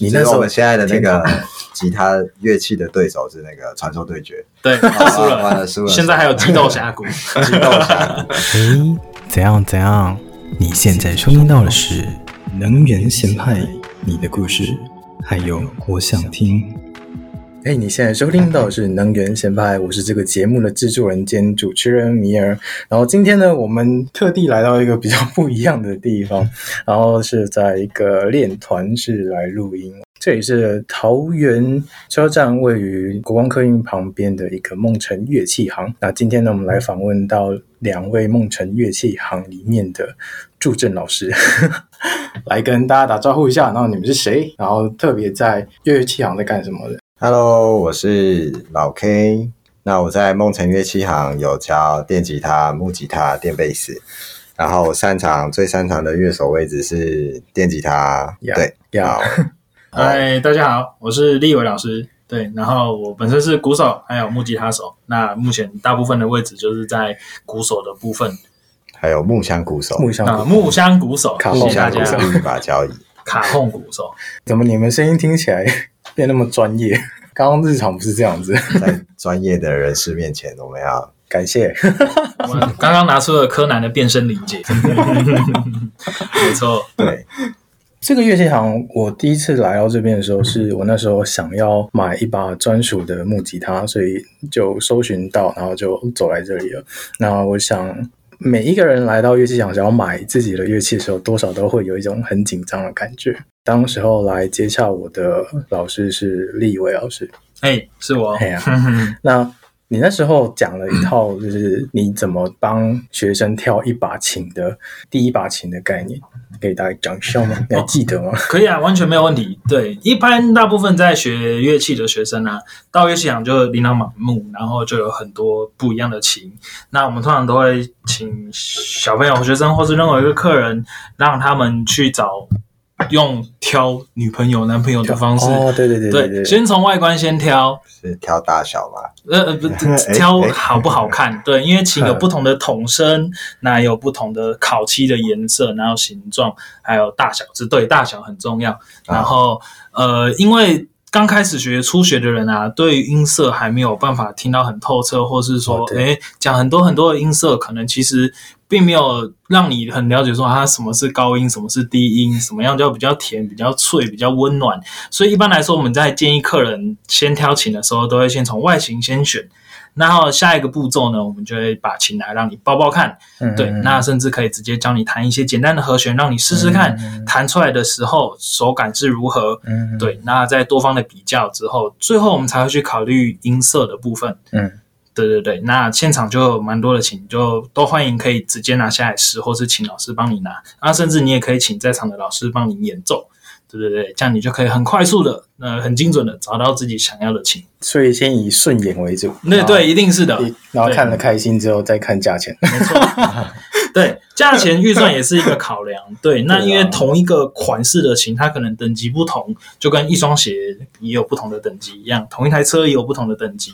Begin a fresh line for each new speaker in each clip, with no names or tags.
你那时候现在的那个 吉他乐器的对手是那个传说对决，
对，输
完
了。
了输了，
现在还有激斗峡谷，
激斗峡谷，
诶，哎怎样怎样？你现在收听到的是《能源咸派》，你的故事，还有我想听。
哎，你现在收听到的是《能源先派》，我是这个节目的制作人兼主持人米尔。然后今天呢，我们特地来到一个比较不一样的地方，然后是在一个练团室来录音。这里是桃园车站位于国光客运旁边的一个梦辰乐器行。那今天呢，我们来访问到两位梦辰乐器行里面的助阵老师。 来跟大家打招呼一下，然后你们是谁？然后特别在乐器行在干什么的？
Hello，我是老 K。那我在梦辰乐器行有教电吉他、木吉他、电贝斯，然后我擅长最擅长的乐手位置是电吉他。
呀
对，
呀
好，
嗨，哎大家好，我是立伟老师。对，然后我本身是鼓手，还有木吉他手。那目前大部分的位置就是在鼓手的部分，
还有木箱鼓手、
木箱
啊，木箱鼓手，
卡
谢
木
谢大
箱
家
鼓。手一把交椅。
卡控鼓手，
怎么你们声音听起来变那么专业？刚刚日常不是这样子，
在专业的人士面前，我们要
感谢。
我们刚刚拿出了柯南的变身理 解，没错，
对
这个乐器行，我第一次来到这边的时候，是我那时候想要买一把专属的木吉他，所以就搜寻到，然后就走来这里了。那我想，每一个人来到乐器行想要买自己的乐器的时候，多少都会有一种很紧张的感觉。当时候来接洽我的老师是立伟老师，
哎，是我
哎，呀，那你那时候讲了一套，就是你怎么帮学生跳一把琴的第一把琴的概念，给大家讲一下吗？你还记得吗？
可以啊，完全没有问题。对，一般大部分在学乐器的学生啊，到乐器行就琳琅满目，然后就有很多不一样的琴。啊那我们通常都会请小朋友、学生或是任何一个客人，让他们去找用挑女朋友、男朋友的方式。
哦，对对对对
对，
对，
先从外观先挑，
是挑大小嘛？
呃呃，不
哎
挑
哎
好不好看？对，因为琴有不同的筒身，那有不同的烤漆的颜色，然后形状，还有大小之对，大小很重要。然后呃，因为刚开始学初学的人啊，对于音色还没有办法听到很透彻，或是说
哦，对
诶讲很多很多的音色，可能其实并没有让你很了解说它什么是高音，什么是低音，什么样叫比较甜、比较脆、比较温暖。所以一般来说，我们在建议客人先挑琴的时候，都会先从外形先选。然后下一个步骤呢，我们就会把琴来让你抱抱看，
嗯
对，那甚至可以直接教你弹一些简单的和弦，让你试试看、弹出来的时候手感是如何。
嗯，
对，那在多方的比较之后，最后我们才会去考虑音色的部分。
嗯，
对对对，那现场就有蛮多的琴，就都欢迎可以直接拿下来试，或是请老师帮你拿，啊，甚至你也可以请在场的老师帮你演奏。对对对，这样你就可以很快速的，呃，很精准的找到自己想要的琴。
所以先以顺眼为主。
那对，，一定是的。
然后
对
看了开心之后再看价钱。
没错，对，价钱预算也是一个考 量。
啊
对，那因为同一个款式的琴，它可能等级不同，就跟一双鞋也有不同的等级一样，同一台车也有不同的等级。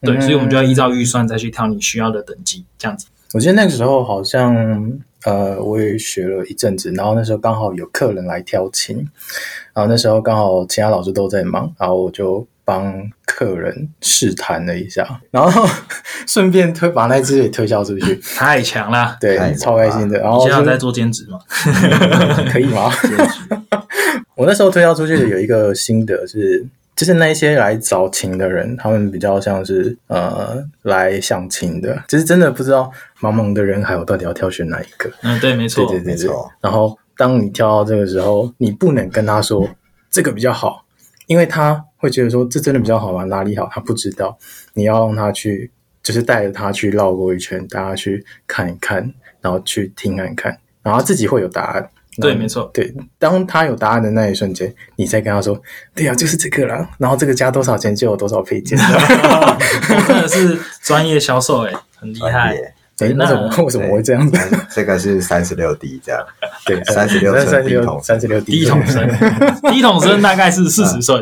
对，
嗯
所以我们就要依照预算再去挑你需要的等级，这样子。
我记得那个时候好像呃，我也学了一阵子，然后那时候刚好有客人来挑琴，然后那时候刚好其他老师都在忙，然后我就帮客人试弹了一下，然后 顺便推把那只也推销出去，
太强啦！
对
太猛，了
超开心的。然
你
后
现在有在
是
做兼职吗？
可以吗？我那时候推销出去的有一个心得是，就是那一些来找琴的人，他们比较像是呃来相亲的，就是真的不知道茫茫的人海，我到底要挑选哪一个。
嗯，对，没错，
对对对
没
对
错。
然后当你跳到这个时候，你不能跟他说这个比较好，因为他会觉得说这真的比较好玩，哪里好他不知道。你要让他去，就是带着他去绕过一圈，大家去看一看，然后去听看看，然后他自己会有答案。
对
然后
没错
对，当他有答案的那一瞬间，你再跟他说，对呀、就是这个啦，然后这个加多少钱就有多少配件。
真的是专业销售哎、很厉
专
害。
业
哎，
那
那怎么为什么会这样子？
这个是三十六 D 这样，
对，
36
三
低
十六，
筒
三十六
第一桶 生，第一桶生大概是四十岁，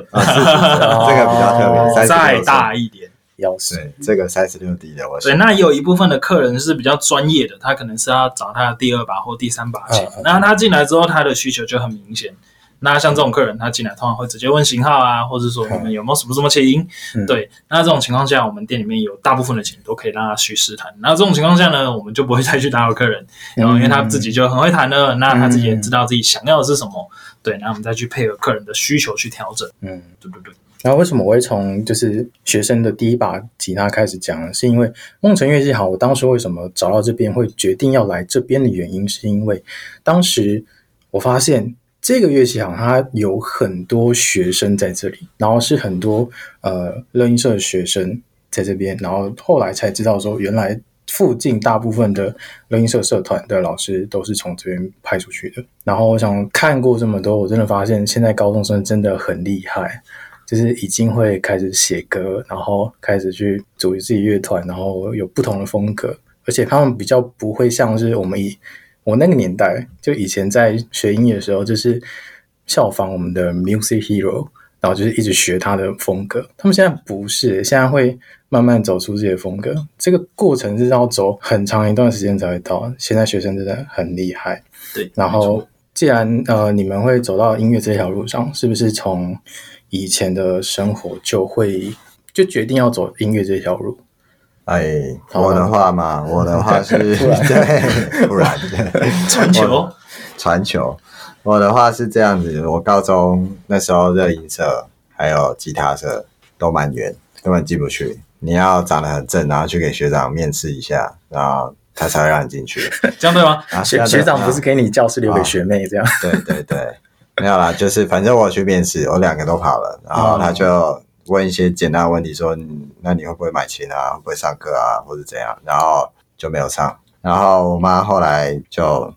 哦
这个比较特别，啊三十
再
六
大一点。
要死。
对，这个三十六 D 的，我
对，那也有一部分的客人是比较专业的，他可能是要找他的第二把或第三把琴。
嗯嗯
那他进来之后，他的需求就很明显。那像这种客人，他进来通常会直接问型号啊，或者说你们有没有什么什么琴？
嗯
对，那这种情况下，我们店里面有大部分的琴都可以让他去试弹。那这种情况下呢，我们就不会再去打扰客人，然后因为他自己就很会弹了，那他自己也知道自己想要的是什么，对，那我们再去配合客人的需求去调整，
嗯。
对对对。
然后为什么我会从就是学生的第一把吉他开始讲呢？是因为梦辰乐器好，我当时为什么找到这边会决定要来这边的原因，是因为当时我发现这个乐器行它有很多学生在这里，然后是很多呃乐音社的学生在这边，然后后来才知道说原来。附近大部分的乐音社社团的老师都是从这边派出去的。然后我想看过这么多，我真的发现现在高中生真的很厉害，就是已经会开始写歌，然后开始去组自己乐团，然后有不同的风格，而且他们比较不会像是我们以我那个年代，就以前在学音乐的时候，就是效仿我们的 Music Hero，然后就是一直学他的风格。他们现在不是，现在会慢慢走出自己的风格，这个过程是要走很长一段时间才会到。现在学生真的很厉害。
对，
然
没
后
错，
既然呃你们会走到音乐这条路上，是不是从以前的生活就会就决定要走音乐这条路？
哎，
好
我的话嘛，我的话 是 对，不然
传球，
传球。我的话是这样子，我高中那时候热音社还有吉他社都蛮远，根本进不去。你要长得很正，然后去给学长面试一下，然后他才会让你进 去。
这样对吗？
啊
学
要
学长不是
啊
给你教室留给
啊
学妹这样？
对对对，没有啦，就是反正我去面试，我两个都跑了，然后他就问一些简单的问题说，嗯那你会不会买琴啊，会不会上课啊，或者怎样，然后就没有上。然后我妈后来就，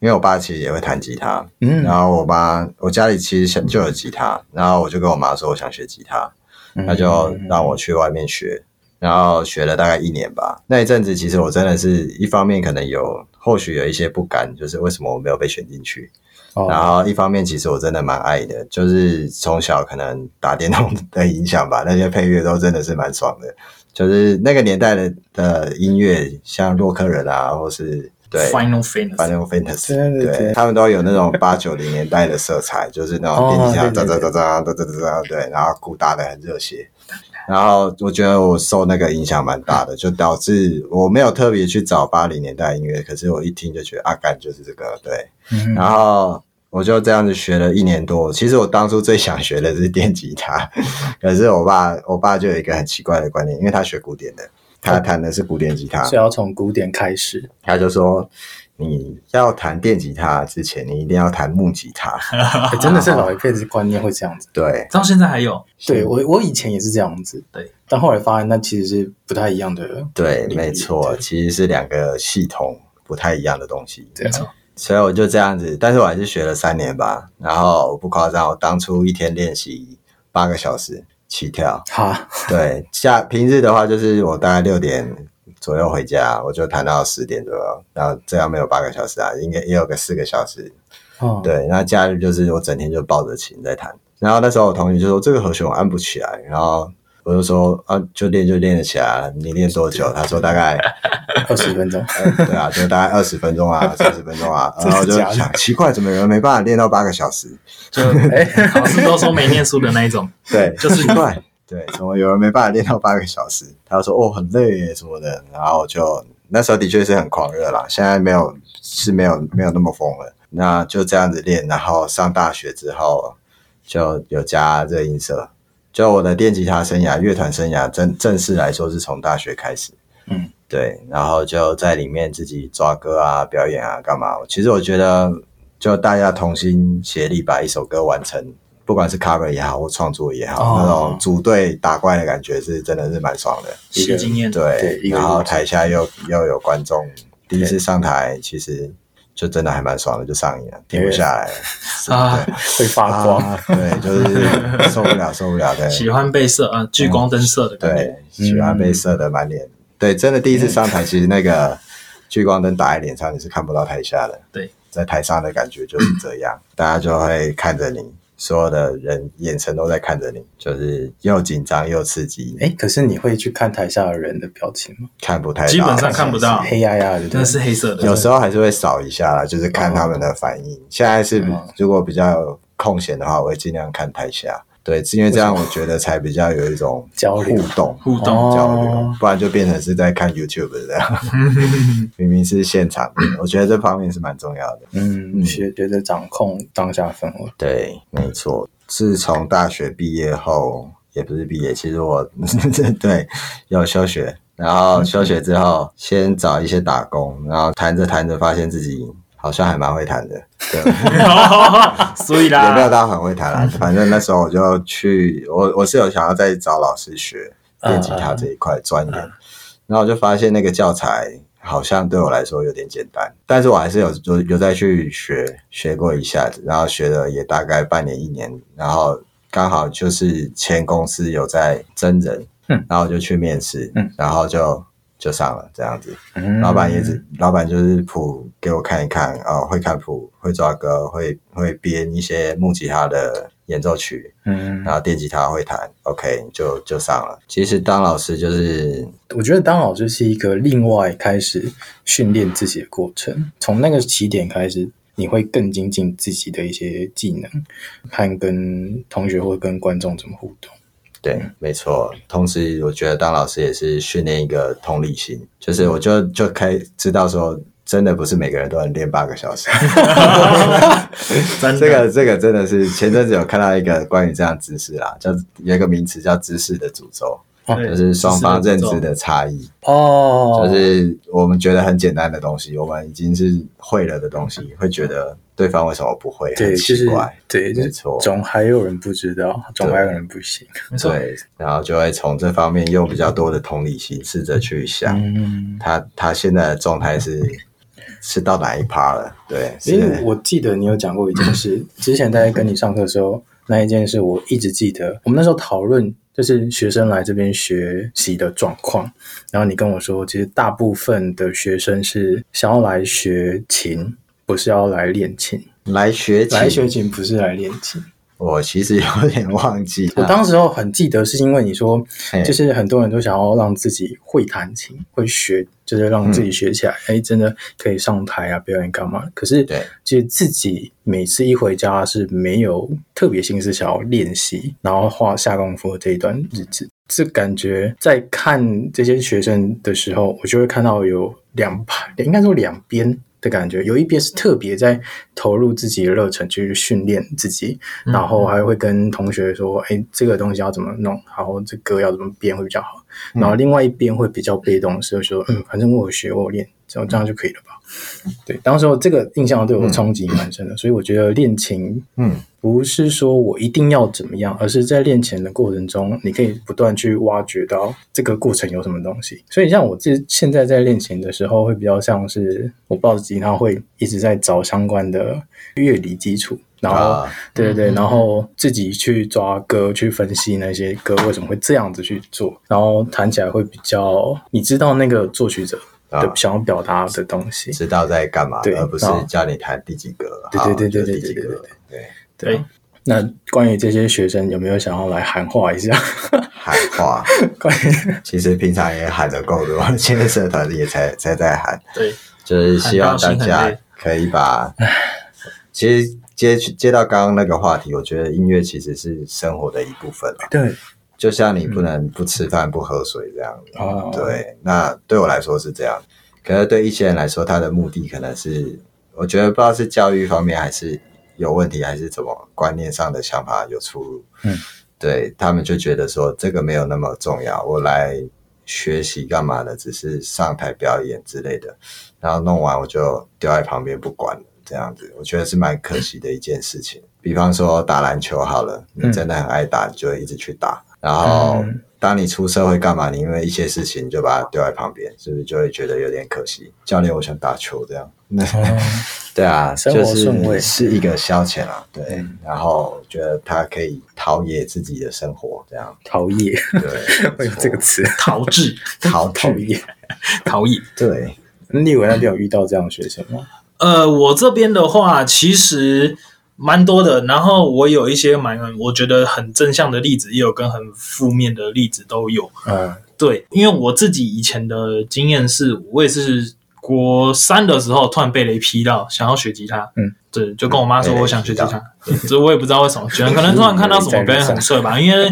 因为我爸其实也会弹吉他，
嗯，
然后我妈我家里其实想就有吉他，然后我就跟我妈说我想学吉他，
嗯
他就让我去外面学，然后学了大概一年吧。那一阵子，其实我真的是一方面可能有或许有一些不甘，就是为什么我没有被选进去。
哦
然后一方面，其实我真的蛮爱的，就是从小可能打电动的影响吧，那些配乐都真的是蛮爽的。 就是那个年代的的音乐，像洛克人啊，或是对
Final Fantasy，
Final Fantasy，
对对对
他们都有那种八九零年代的色 彩，就是那种电吉他
哦对
哒
对
哒哒哒哒哒哒哒，对，然后鼓打的很热血。然后我觉得我受那个影响蛮大的， 就导致我没有特别去找八零年代音乐，可是我一听就觉得啊，干就是这个，对。
嗯
然后我就这样子学了一年多。其实我当初最想学的是电吉他， 可是我爸我爸就有一个很奇怪的观念，因为他学古典的，他弹的是古典吉他，
所以要从古典开始，
他就说：“你要弹电吉他之前，你一定要弹木吉他。
哎真的是老一辈子观念会这样子。”
对，
到现在还有，
对我，我以前也是这样子，
对，
但后来发现那其实是不太一样的。
对，
理
没错，其实是两个系统不太一样的东西。
对啊
没错
所以我就这样子，但是我还是学了三年吧。然后我不夸张，我当初一天练习八个小时起跳。
哈，
对，下平日的话就是我大概六点左右回家，我就弹到十点左右，然后这样没有八个小时啊，应该也有个四个小时
哦，
对，那假日就是我整天就抱着琴在弹。然后那时候我同学就说这个和弦我按不起来，然后我就说啊，就练就练得起来，啊你练多久？他说大概，
二十分钟，
呃对啊，就大概二十分钟啊，三十分钟啊。
真
然
的
后我就
假的
想奇怪，怎么有人没办法练到八个小时？
就
哎
考试都说没念书的那一种，
对，
就是
奇怪，对，怎么有人没办法练到八个小时？他说哦，很累耶什么的。然后我就那时候的确是很狂热啦，现在没有是没有没有那么疯了。那就这样子练，然后上大学之后就有加热音社。就我的电吉他生涯、乐团生涯正正式来说是从大学开始，
嗯，
对，然后就在里面自己抓歌啊、表演啊、干嘛。其实我觉得，就大家同心协力把一首歌完成，不管是 cover 也好或创作也好，
哦
那种组队打怪的感觉是真的是蛮爽的。
一个
吸经验，
对，
对一个
然后
人
台下又又有观众，第一次上台其实就真的还蛮爽的，就上瘾了，停不下来了
啊，
会发光。
啊对，就是受不了，受不了的。
喜欢被射啊，聚光灯射的感觉，
嗯对，喜
啊
欢被射的满脸。对，真的第
嗯
一次上台，其实那个聚光灯打在脸上，你是看不到台下的。
对，
在台上的感觉就是这样，大家就会看着你，所有的人眼神都在看着你，就是又紧张又刺激，
哎，可是你会去看台下的人的表情吗？
看不太到，
基本上看不到
黑压压的，对不
真
对
的是黑色的，
有时候还是会扫一下啦，就是看他们的反应。现在是
嗯
如果比较空闲的话，我会尽量看台下。对，是因为这样我觉得才比较有一种
交流
互动、
互动
交流
哦，
不然就变成是在看 YouTube 这 样。明明是现场，我觉得这方面是蛮重要的。
嗯，学觉得掌控当下氛围，
对，没错。自从大学毕业后，也不是毕业，其实我 对有休学，然后休学之后先找一些打工，然后谈着谈着发现自己好像还蛮会谈的，对，
所以
也没有
啦，
到很嗯会弹啦，反正那时候我就去，我我是有想要再找老师学练吉他这一块钻研，然后我就发现那个教材好像对我来说有点简单，但是我还是有有有再去学学过一下子，然后学了也大概半年一年，然后刚好就是前公司有在真人，
嗯
然后我就去面试，
嗯
然后就就上了这样子，
嗯
老板也只，老板就是谱给我看一看啊、会看谱，会抓歌，会会编一些木吉他的演奏曲，
嗯
然后电吉他会弹，OK 就就上了。其实当老师就是
我觉得当老师是一个另外开始训练自己的过程，从那个起点开始，你会更精进自己的一些技能，和跟同学或跟观众怎么互动。
对，没错。同时，我觉得当老师也是训练一个同理心，就是我就就开知道说，真的不是每个人都能练八个小时。
真
这
的
个这个真的是前阵子有看到一个关于这样知识啦，叫有一个名词叫知识的诅咒，
对
哦就是双方认知
知
的差异。
哦
就是我们觉得很简单的东西，我们已经是会了的东西，会觉得对方为什么不会，
对，
很
就
奇
是
怪，
对，就
没
是
错，
总还有人不知道，总还有人不行。
没错，
对，然后就会从这方面用比较多的同理心，试着去想
嗯，
他他现在的状态是是到哪一趴了，对，
因为
是，
我记得你有讲过一件事，之前在跟你上课的时候，那一件事我一直记得。我们那时候讨论就是学生来这边学习的状况，然后你跟我说，其实大部分的学生是想要来学琴，不是要来练琴。
来学
来
琴，
学琴不是来练琴。
我其实有点忘记，
我当时候很记得，是因为你说
啊嘿
就是很多人都想要让自己会弹琴，会学，就是让自己学起来，哎、真的可以上台啊，表演干嘛？可是，
嗯对，
就是自己每次一回家是没有特别心思想要练习，然后花下功夫的这一段日子，这感觉在看这些学生的时候，我就会看到有两派，应该说两边。的感觉，有一边是特别在投入自己的热忱去训练自己，然后还会跟同学说，哎，这个东西要怎么弄，然后这歌要怎么编会比较好。
嗯
然后另外一边会比较被动，是说，嗯，反正我有学我有练，这样这样就可以了吧？对，当时候这个印象对我冲击蛮深的，所以我觉得练琴
嗯，
不是说我一定要怎么样，而是在练琴的过程中，你可以不断去挖掘到这个过程有什么东西。所以像我自现在在练琴的时候，会比较像是我抱着吉他会一直在找相关的乐理基础，然后
啊
对对对，然后自己去抓歌，去分析那些歌为什么会这样子去做，然后弹起来会比较，你知道那个作曲者的
啊
想要表达的东西。
知道在干嘛
对，
而不是
啊
叫你弹第几个，
对
好
对对
就
对
第几
对对
个
对
对，
对，
那关于这些学生有没有想要来喊话一下？
喊话。
关于，
其实平常也喊的够多， 现在社团也才才在喊，
对，
就是希望大
喊到心很
家
累
可以把。其实接接到刚刚那个话题，我觉得音乐其实是生活的一部分了
对
就像你不能不吃饭不喝水这样。
哦
对，那对我来说是这样，可是对一些人来说，他的目的可能是，我觉得不知道是教育方面还是有问题，还是怎么观念上的想法有出入。
嗯，
对他们就觉得说这个没有那么重要，我来学习干嘛的，只是上台表演之类的，然后弄完我就丢在旁边不管了，这样子，我觉得是蛮可惜的一件事情。比方说打篮球好了，你
嗯
真的很爱打，你就会一直去打，然后
嗯
当你出社会干嘛，你因为一些事情就把它丢在旁边，是不是就会觉得有点可惜？教练，我想打球这样。对啊，
生活
就是
顺位
是一个消遣啊，对。然后觉得它可以陶冶自己的生活，这样
陶冶，。
对
会有 这个词，
陶 冶，
陶
陶
冶，
冶。
陶冶。
对，
你以为那边有遇到这样的学生吗？
呃，我这边的话其实蛮多的，然后我有一些蛮我觉得很正向的例子，也有跟很负面的例子都有。
嗯
对，因为我自己以前的经验是，我也是国三的时候突然被雷劈到，想要学吉他，
嗯，
对，就跟我妈说
被雷
我想学吉
劈
他，对这我也不知道为什么，可能突然看到什么表演很社吧，因为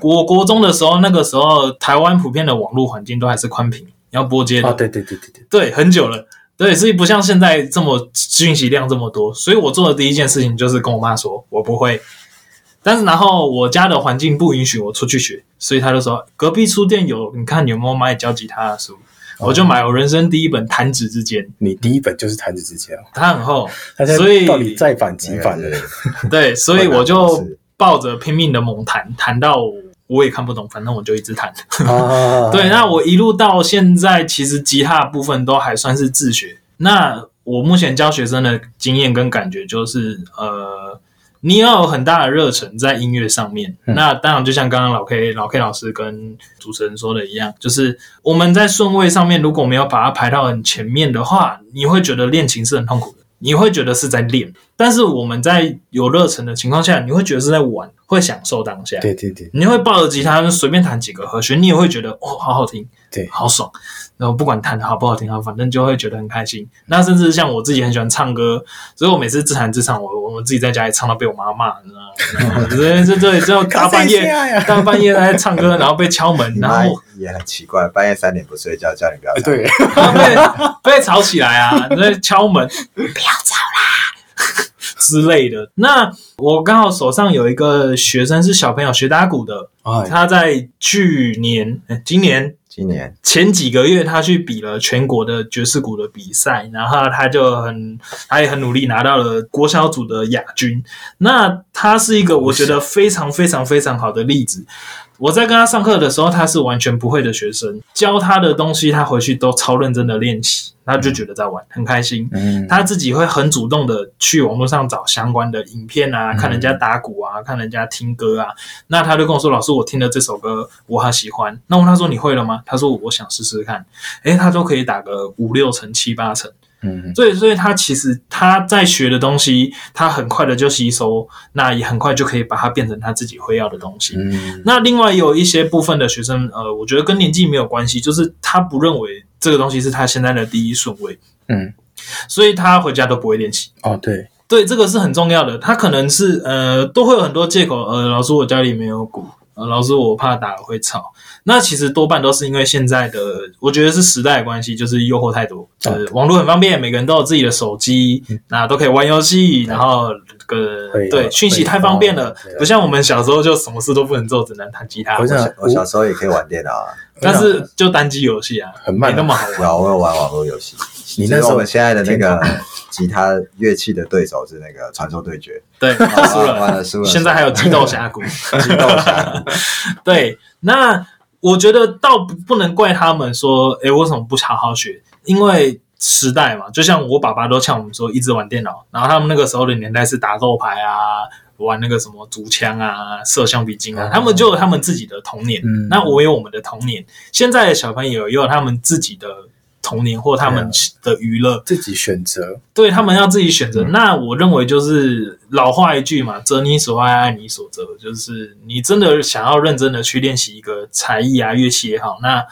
国国中的时候，那个时候台湾普遍的网络环境都还是宽频，你要拨接的，
啊，对对对对对，
对，很久了，对，所以不像现在这么讯息量这么多。所以我做的第一件事情就是跟我妈说，我不会。但是然后我家的环境不允许我出去学，所以她就说隔壁书店有，你看有没有买教吉他的书？
哦
我就买我人生第一本《弹指之间》，
你第一本就是弹指之间啊，
它很厚，
他现
所以
在到底再版几版了？
对，所以
困难
我就
模式
抱着拼命的猛弹，弹到我也看不懂，反正我就一直弹。
啊，
对，那我一路到现在，其实吉他的部分都还算是自学。那我目前教学生的经验跟感觉就是，呃，你要有很大的热忱在音乐上面。
嗯
那当然，就像刚刚老 K 老 K 老师跟主持人说的一样，就是我们在顺位上面如果没有把它排到很前面的话，你会觉得练琴是很痛苦的，你会觉得是在练。但是我们在有热忱的情况下，你会觉得是在玩，会享受当下。
对对对，
你会抱着吉他随便弹几个和弦，你也会觉得哦，好好听，
对
好爽。然后不管弹的好不好听啊，反正就会觉得很开心。那甚至像我自己很喜欢唱歌，所以我每次自弹自唱，我我自己在家里唱到被我妈骂，你知道吗？对对对，就大半夜
搞这些啊
大半夜在唱歌，然后被敲门，
你
然
妈
后
也很奇怪，半夜三点不睡觉，叫你不要
啊
打
对，
然后被被吵起来啊，在敲门，不要吵啦之类的。那我刚好手上有一个学生是小朋友学打鼓的，
哎，
他在去年、呃今年
今年
前几个月，他去比了全国的爵士鼓的比赛，然后他就很，他也很努力拿到了国小组的亚军。那他是一个我觉得非常非常非常好的例子。我在跟他上课的时候，他是完全不会的学生，教他的东西，他回去都超认真的练习，他就觉得在玩，很开心。
嗯，
他自己会很主动的去网络上找相关的影片啊，
嗯
看人家打鼓啊，看人家听歌啊。那他就跟我说：“老师，我听了这首歌，我很喜欢。”那我问他说：“你会了吗？”他说：“我想试试看。”诶，他都可以打个五六成、七八成。
嗯，
所以，所以他其实他在学的东西，他很快的就吸收，那也很快就可以把它变成他自己会要的东西。
嗯，
那另外有一些部分的学生，呃，我觉得跟年纪没有关系，就是他不认为这个东西是他现在的第一顺位，
嗯，
所以他回家都不会练习。
哦，对，
对，这个是很重要的。他可能是呃，都会有很多借口，呃，老师我家里没有鼓，呃，老师我怕打了会吵。那其实多半都是因为现在的，我觉得是时代的关系，就是诱惑太多，
哦
呃，网络很方便，每个人都有自己的手机，那都可以玩游戏，然后这个
嗯会
对
会
讯息太方便了
会会，
不像我们小时候就什么事都不能做，只能弹吉他
我。想
啊我小时候也可以玩电脑啊，
但是就单机游戏啊，
很慢啊
没那么好
然
玩。
后我有玩网络游戏。
你那
只是
时
我
候
们现在的那个吉他乐器的对手是那个传说对决，
对，啊输
玩完了输了
现在还有激斗峡谷。
激斗侠，
对，那我觉得倒不不能怪他们说，诶，为什么不好好学？因为时代嘛，就像我爸爸都呛我们说，一直玩电脑，然后他们那个时候的年代是打斗牌啊。玩那个什么竹枪啊、射橡皮筋啊，
哦
他们就有他们自己的童年，
嗯
那我有我们的童年，现在的小朋友也有他们自己的童年或他们
啊
的娱乐，
自己选择，
对他们要自己选择。那我认为就是老话一句嘛，择你所爱，爱你所择。就是你真的想要认真的去练习一个才艺啊、乐器也好，那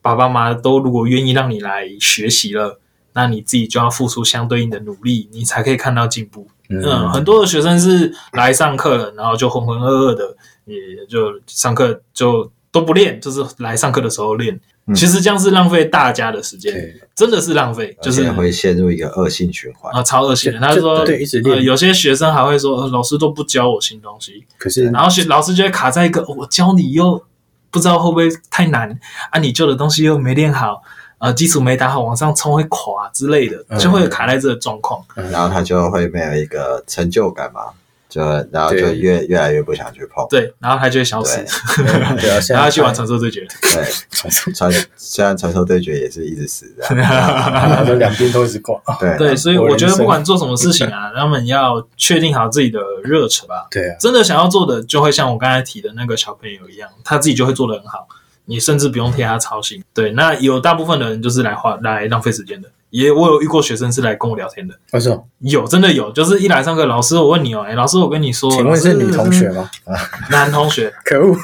爸爸妈妈都如果愿意让你来学习了，那你自己就要付出相对应的努力，你才可以看到进步。嗯，很多的学生是来上课了，然后就浑浑噩噩的，也就上课就都不练，就是来上课的时候练。
嗯
其实这样是浪费大家的时间，
对，
真的是浪费， 就
就是是会陷入一个恶性循环。
啊，超恶心的。
就
他
就
说，
对一直练
呃有些学生还会说、呃老师都不教我新东西，
可是
然后学老师就会卡在一个、哦我教你又不知道会不会太难啊，你旧的东西又没练好，呃，基础没打好，往上冲会垮之类的，
嗯
就会卡在这个状况。
然后他就会没有一个成就感嘛，就然后就
对
越越来越不想去碰。
对，然后他就会消失
对，
对啊，现在
然后他去玩传说对决。
对， 传虽然传说对决也是一直死的，
他说两边都一直挂，啊
对
对，所以我觉得
人生
不管做什么事情 啊，他们要确定好自己的热忱吧。
对啊，
真的想要做的，就会像我刚才提的那个小朋友一样，他自己就会做得很好，你甚至不用替他操心。对，那有大部分的人就是来花来浪费时间的，也我有遇过学生是来跟我聊天的，
我说，
有真的有，就是一来上课，老师我问你哦，哎，老师我跟你说，
请问是
老师
女同学？吗？
男同学，
可恶，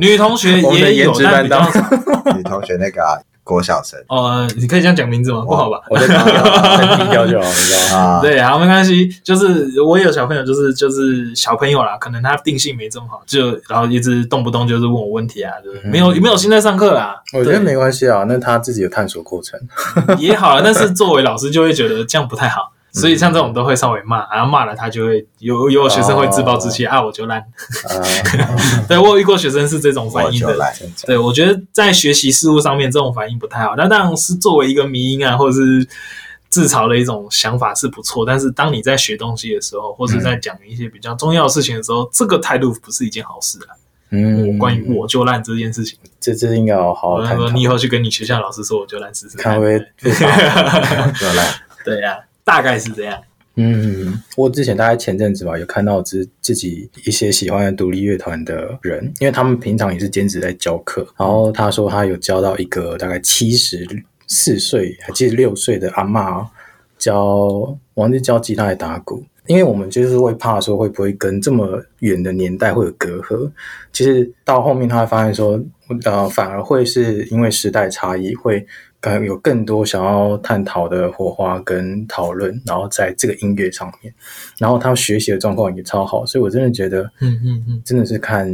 女同学
我们的
也
颜
有，
值
但比
担
较
当
少。
女同学那个啊郭晓生
呃，你可以这样讲名字吗？不好吧？
我再低调，低调就好，你知道吗？
啊，
对，好，没关系。就是我也有小朋友，就是就是小朋友啦，可能他定性没这么好，就然后一直动不动就是问我问题啊，就是没有、没有心在上课啦。
嗯我觉得
对
没关系啊，那他自己有探索过程。
也好了，但是作为老师就会觉得这样不太好。所以像这种都会稍微骂，然后骂了他就会有有学生会自暴自弃、啊，我就烂。 对我有遇过学生是这种
我
反应
就
的，
来，
对，我觉得在学习事物上面这种反应不太好。那当然是作为一个迷因啊，或者是自嘲的一种想法是不错，但是当你在学东西的时候，或者在讲一些比较重要的事情的时候，这个态度不是一件好事啊。
嗯，
我关于我就烂这件事情，
这这应该要好好
我
探
说
讨，
你以后去跟你学校老师说我就烂试试
看会不会被罚
就来。
对啊，大概是这样。
嗯，我之前大概前阵子吧，有看到自自己一些喜欢的独立乐团的人，因为他们平常也是兼职在教课，然后他说他有教到一个大概七十四岁还记得六岁的阿嬷哦教，忘记教吉他还打鼓，因为我们就是会怕说会不会跟这么远的年代会有隔阂，其实到后面他会发现说，呃，反而会是因为时代差异会。可能有更多想要探讨的火花跟讨论，然后在这个音乐上面，然后他学习的状况也超好，所以我真的觉得，
嗯嗯嗯，
真的是看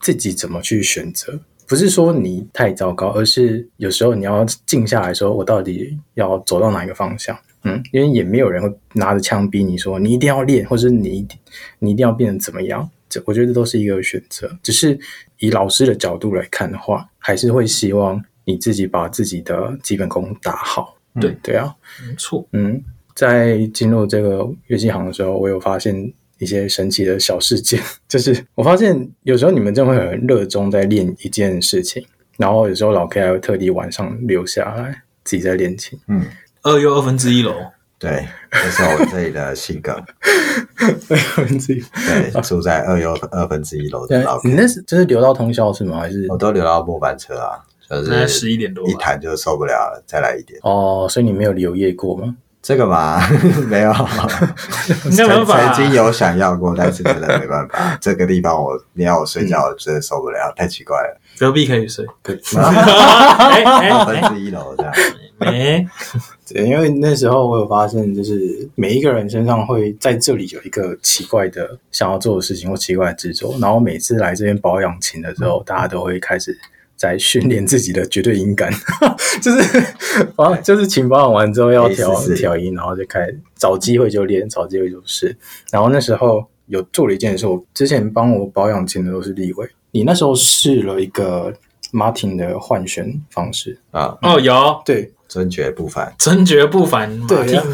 自己怎么去选择，不是说你太糟糕，而是有时候你要静下来说，我到底要走到哪一个方向。嗯，因为也没有人会拿着枪逼你说你一定要练，或者是你一定你一定要变成怎么样。这我觉得都是一个选择，只是以老师的角度来看的话，还是会希望你自己把自己的基本功打好。
对
对啊，
没错。
嗯，在进入这个乐器行的时候，我有发现一些神奇的小事件， 就是我发现有时候你们真的会很热衷在练一件事情，然后有时候老 K 还会特地晚上留下来自己在练琴。
嗯，
二又二分之一楼，
对，这是我自己的性格。
自己
对，住在二又二分之一楼的
对
老，
你那是就是留到通宵是吗？还是
我都留到末班车啊，就
大概
是
11点多吧
一弹就受不了了，再来一点。
哦？所以你没有留夜过吗？
这个嘛， 没有，
应该没办法啊
曾曾经有想要过，但是真的没办 法。这个地方我你要我睡觉，我真的受不了，太奇怪了。
隔壁可以睡。
可
哎哎
二
哎
分之一楼这样，
哎，
对，因为那时候我有发现，就是每一个人身上会在这里有一个奇怪的想要做的事情或奇怪的执着，然后每次来这边保养琴的时候，大家都会开始在训练自己的绝对音感， 就是啊，就是琴保养完之后要调
哎是是是
调音，然后就开始找机会就练，找机会就试。然后那时候有做了一件事，我之前帮我保养琴的都是立伟，你那时候试了一个 Martin 的换弦方式，
啊，
哦有，
对，
尊爵不凡，
真绝不凡，马
对
丁
啊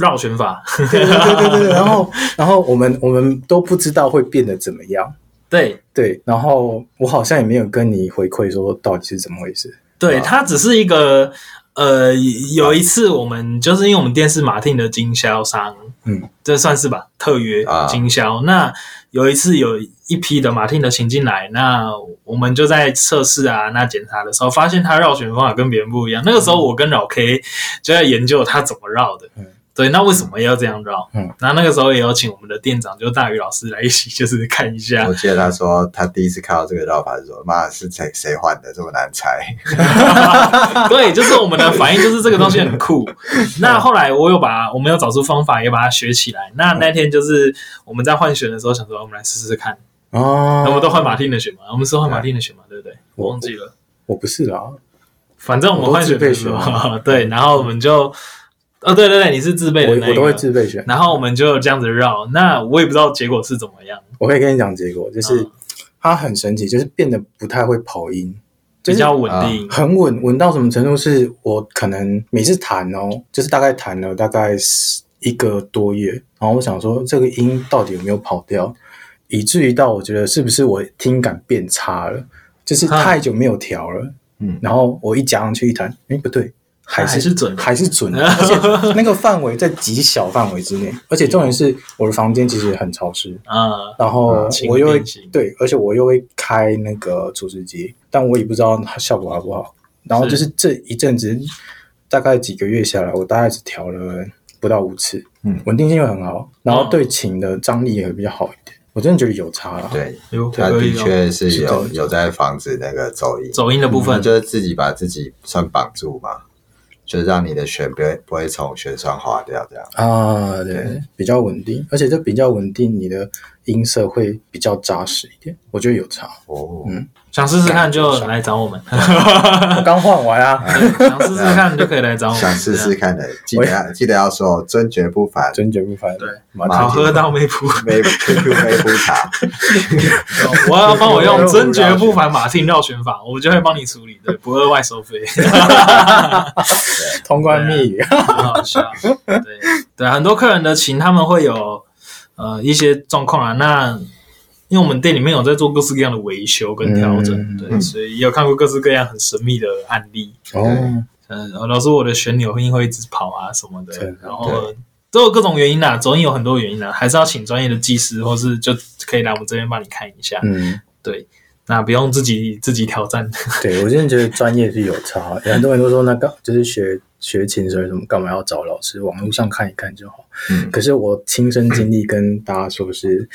绕旋法，
对对对对对，然后然后我们我们都不知道会变得怎么样，
对。
对，然后我好像也没有跟你回馈说到底是怎么回事，
对，它只是一个呃，有一次我们就是因为我们店是马汀的经销商，
嗯，
这算是吧特约
啊
经销。那有一次有一批的马汀的琴进来，那我们就在测试啊，那检查的时候发现它绕旋方法跟别人不一样。那个时候我跟老 K 就在研究它怎么绕的。
嗯
对，那为什么要这样绕？
嗯，
那那个时候也有请我们的店长，就大宇老师来一起，就是看一下
哦
我记得他说他第一次看到这个绕法，说妈是谁谁换的这么难猜？
对，就是我们的反应就是这个东西很 酷。那后来我有把我们有找出方法，也把它学起来。那那天就是我们在换选的时候，想说我们来试试看。
哦
那我们都换马丁的选嘛，我们是换马丁的选嘛，对不对？我忘记了，
我不是啦，
反正我们换选的时
我都自备
候， 对，然后我们就，哦，对对对，你是自备
我
的那一个
我都会自备选，
然后我们就这样子绕，那我也不知道结果是怎么样，
我可以跟你讲结果，就是、
嗯
它很神奇，就是变得不太会跑音，就
比
是啊
较稳定。
很稳，稳到什么程度？是我可能每次弹哦，就是大概弹了大概是一个多月，然后我想说这个音到底有没有跑掉，以至于到我觉得是不是我听感变差了，就是
哈
太久没有调了，
嗯
然后我一加上去一弹，哎不对，还是
还是准的
还是准的，而且那个范围在极小范围之内，而且重点是我的房间其实很潮湿，
嗯，
然后
嗯轻
我又会
便型
对，而且我又会开那个除湿机，但我也不知道它效果好不好。然后就是这一阵子，大概几个月下来，我大概只调了不到五次，
嗯
稳定性会很好，然后
哦
对琴的张力也会比较好一点。我真的觉得有差啦。
对，
有
他
可
的
以哦
确是
是
有
真的
有在防止那个走音，
走音的部
那
嗯
分，
就是自己把自己算绑住嘛，就是让你的弦不会不会从弦上滑掉这样。
啊，对，比较稳定，而且这比较稳定，你的音色会比较扎实一点，我觉得有差。
哦，
想试试看就来 找我们，
我刚换完啊，
想试试看就可以来找我们，
想试试看 的，记得要记得要说 尊爵不凡，
真绝不凡。
对
马
这样。啊好
上，
喝到 没谱，
没 QQ 没不茶，
我要帮我用真绝不凡马汀绕旋法，我就会帮你处理，对，不额外收费。
通关密语。
很好笑。对对，很多客人的琴他们会有呃一些状况啊。那因为我们店里面有在做各式各样的维修跟调整，
嗯
对，
嗯
所以也有看过各式各样很神秘的案例。
哦，
嗯，老师，我的旋钮音会一直跑啊什么的
对，
然后都有各种原因啦、走音有很多原因啦、还是要请专业的技师，或是就可以来我们这边帮你看一下。
嗯，
对，那不用自己自己挑战。
对我真的觉得专业是有差，很多人都说那个就是学学琴什么干嘛要找老师，网络上看一看就好。
嗯
可是我亲身经历跟大家说是。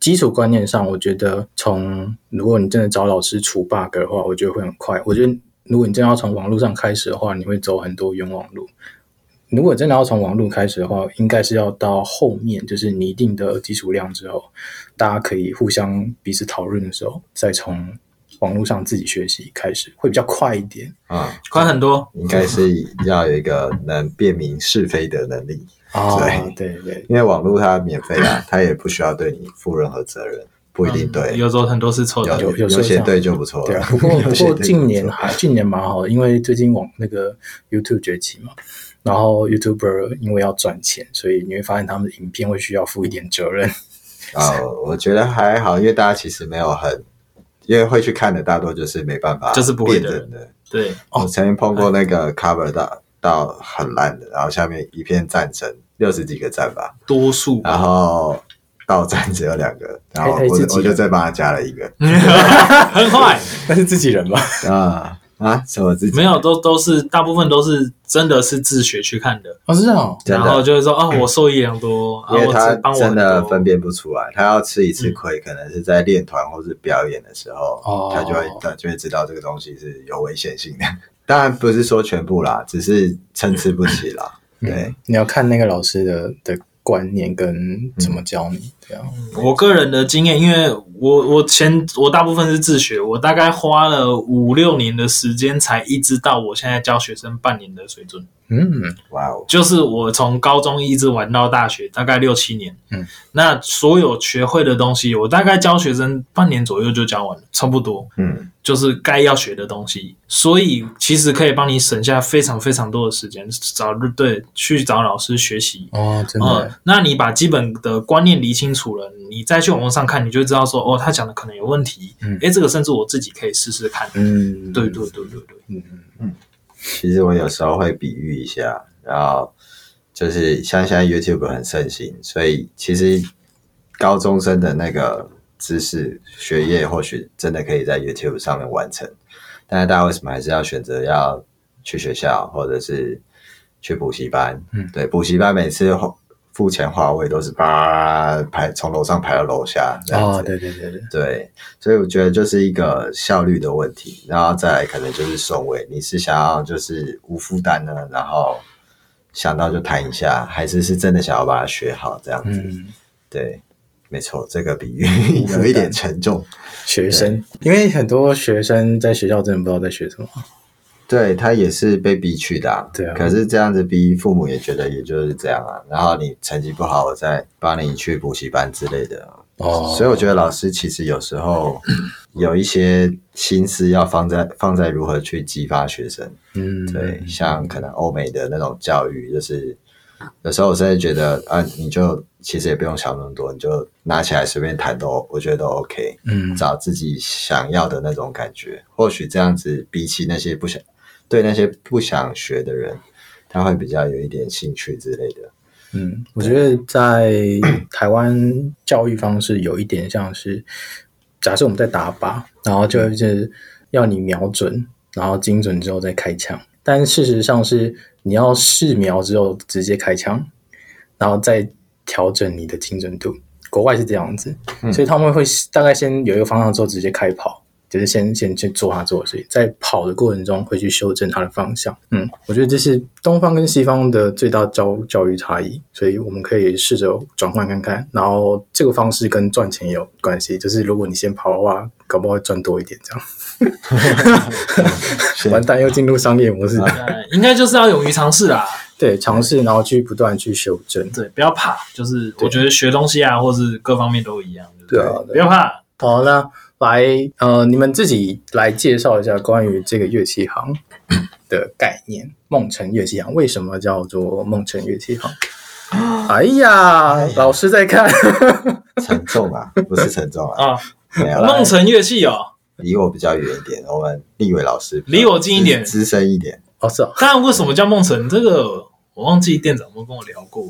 基础观念上，我觉得从如果你真的找老师除 bug 的话，我觉得会很快。我觉得如果你真的要从网络上开始的话，你会走很多冤枉路。如果真的要从网络开始的话，应该是要到后面，就是你一定的基础量之后，大家可以互相彼此讨论的时候，再从网络上自己学习开始，会比较快一点
啊、
快很多，
应该是要有一个能辨明是非的能力，
啊
对
对对，
因为网络它免费啊，它也不需要对你负任何责任，不一定
嗯
对，
有时候很多是错的。
有
有时候
有些
像
对就不错
对
了
啊，，不 过不
有些
过
对
近
就
年
不错
还近年蛮好的，因为最近网那个 YouTube 崛起嘛，然后 YouTuber 因为要赚钱，所以你会发现他们的影片会需要负一点责任。
啊、我觉得还好，因为大家其实没有很，因为会去看的大多就是没办法，
就是不会的人
的。
对，
我曾经碰过那个 cover 到到很烂的，然后下面一片战争，六十几个赞吧，
多数
然后到赞只有两个，然后
还可以
我
自己
我就再帮他加了一个
很快。
那是自己人吧？
啊啊，是我自己
没有，都都是大部分都是真的是自学去看的，
哦，是这样哦，
真
然后
的，
就会说哦，我受益良多，啊，
因为
我
他
只帮我
真的分
别
辨不出来，他要吃一次亏，可能是在练团或是表演的时候，
嗯
哦
他就会他就会知道这个东西是有危险性的。 当然不是说全部啦，只是参差不齐啦。对
嗯，你要看那个老师的的观念跟怎么教你，对啊，
我个人的经验，因为我我前我大部分是自学，我大概花了五六年的时间才一直到我现在教学生半年的水准，
嗯，
哇哦，
就是我从高中一直玩到大学，大概六七年。
嗯，
那所有学会的东西，我大概教学生半年左右就教完了，差不多。
嗯，
就是该要学的东西，所以其实可以帮你省下非常非常多的时间，找对去找老师学习。
哦，真
嗯
的，，
那你把基本的观念理清楚了，你再去网络上看，你就知道说，哦，他讲的可能有问题，
嗯
诶，这个甚至我自己可以试试看。
嗯，
对对对对对，
嗯，
其实我有时候会比喻一下，然后就是像现在 YouTube 很盛行，所以其实高中生的那个知识学业或许真的可以在 YouTube 上面完成，但是大家为什么还是要选择要去学校或者是去补习班？
嗯
对，补习班每次花付钱花位都是叭排从楼上排到楼下这样子。
哦，对对对对，
对，所以我觉得就是一个效率的问题，然后再来可能就是顺位，你是想要就是无负担呢，然后想到就弹一下，还是是真的想要把它学好这样子？
嗯。
对，没错，这个比喻
负担
有一点沉重。
学生，因为很多学生在学校真的不知道在学什么。
对他也是被逼去的、啊，
对啊
可是这样子逼，父母也觉得也就是这样啊。然后你成绩不好，我再帮你去补习班之类的啊。
哦
所以我觉得老师其实有时候 有一些心思要放在放在如何去激发学生。
嗯，
对，像可能欧美的那种教育，就是有时候我甚至觉得啊，你就其实也不用想那么多，你就拿起来随便弹都，我觉得都 OK。
嗯
找自己想要的那种感觉，或许这样子，比起那些不想对那些不想学的人，他会比较有一点兴趣之类的。
嗯，我觉得在台湾教育方式有一点像是，假设我们在打靶，然后就是要你瞄准，然后精准之后再开枪，但事实上是你要试瞄之后直接开枪，然后再调整你的精准度。国外是这样子，
嗯
所以他们会大概先有一个方向之后直接开跑，就是先先去做他做的事情，在跑的过程中会去修正他的方向。嗯，我觉得这是东方跟西方的最大教教育差异，所以我们可以试着转换看看。然后这个方式跟赚钱也有关系，就是如果你先跑的话，搞不好会赚多一点，这样
是
完蛋又进入商业模式。
呃，应该就是要勇于尝试啦。
对，尝试然后去不断去修正。
对，不要怕，就是我觉得学东西啊，或是各方面都一样，对不
对啊对
不要怕。
好，那来呃，你们自己来介绍一下关于这个乐器 行的概念。梦辰乐器行为什么叫做梦辰乐器 行？哎呀，老师在 看，
沉重 啊，不是沉重啊，
啊，
没有啦
梦辰乐器哦，
离我比较远一点，我们立伟老师比较
离我近一点
资深一点，
哦是哦，
但为什么叫梦辰？这个我忘记店长有没有跟我聊过，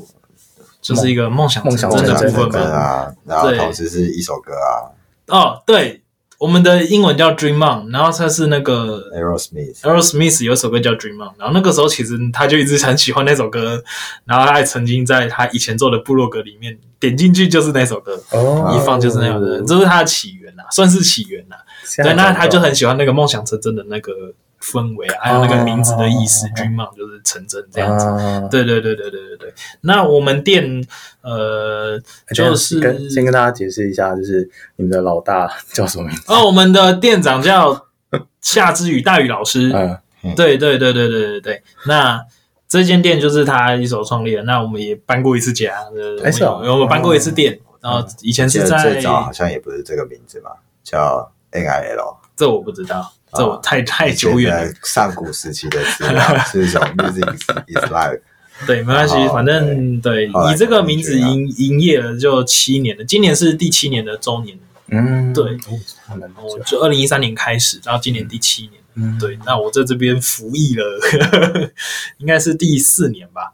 就是一个梦想
梦想
成真的
梦想
部
成
分
歌
嘛。
啊，然后
对
同时是一首歌啊
哦，对，我们的英文叫 Dream On，然后它是那个
，Aerosmith，
Aerosmith 有一首歌叫 Dream On，然后那个时候其实他就一直很喜欢那首歌，然后他还曾经在他以前做的部落格里面点进去就是那首歌，
哦
一放就是那首歌，这是他的起源啦，算是起源啦。啊
现在
对，那他就
懂了
很喜欢那个梦想成真的那个氛围啊，还有那个名字的意思、
哦
d r e a m On 就是成真这样子。
啊
对对对对对对对。那我们店呃
哎等
就
一
是
下跟先跟大家解释一下，就是你们的老大叫什么名字？
哦，我们的店长叫夏之雨大宇老师。
嗯，
对对对对对对对。那这间店就是他一手创立的。那我们也搬过一次家，呃
哎是哦嗯
我们有我们搬过一次店。然后以前
记
是
得
在
最早好像也不是这个名字嘛，叫 NIL。
这我不知道，
啊
这我太太久远了
以前。的上古时期的资 料是一种 music is is life，
对，没关系
哦
然，后
反正对
后来
以这个名字
啊
可能
营营业了就七年了，今年是第七年的周年，
嗯，
对
哦，很难
我就二零一三年开始，然后今年第七年，
嗯，
对，那我在这边服役了，应该是第四年吧，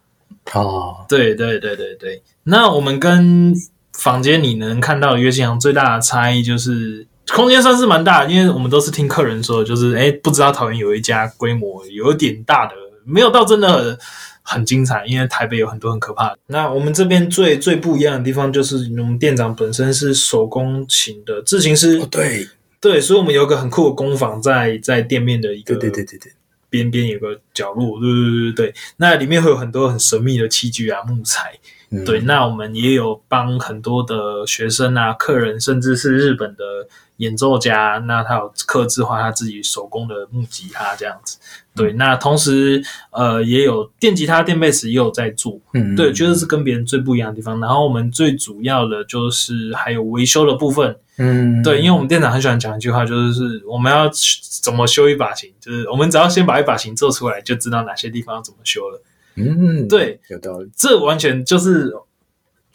哦，
对对对对对，那我们跟坊间你能看到的乐器行最大的差异就是。空间算是蛮大的，因为我们都是听客人说的，就是哎、诶不知道桃园有一家规模有点大的，没有到真的很精彩，因为台北有很多很可怕的。那我们这边最最不一样的地方就是，我们店长本身是手工琴的制琴师，
哦对，
对，所以我们有一个很酷的工坊在在店面的一个
对对对对对，
边边有个角落，对对对对对，那里面会有很多很神秘的器具啊、木材。
嗯
对，那我们也有帮很多的学生啊、客人，甚至是日本的演奏家，那他有刻制化他自己手工的木吉他这样子。对，
嗯
那同时呃也有电吉他、电贝斯也有在做。
嗯
对，觉得是跟别人最不一样的地方。然后我们最主要的就是还有维修的部分，
嗯，
对，因为我们店长很喜欢讲一句话，就是我们要去怎么修一把琴，就是我们只要先把一把琴做出来，就知道哪些地方要怎么修了。
嗯，
对，
有道理。
这完全就是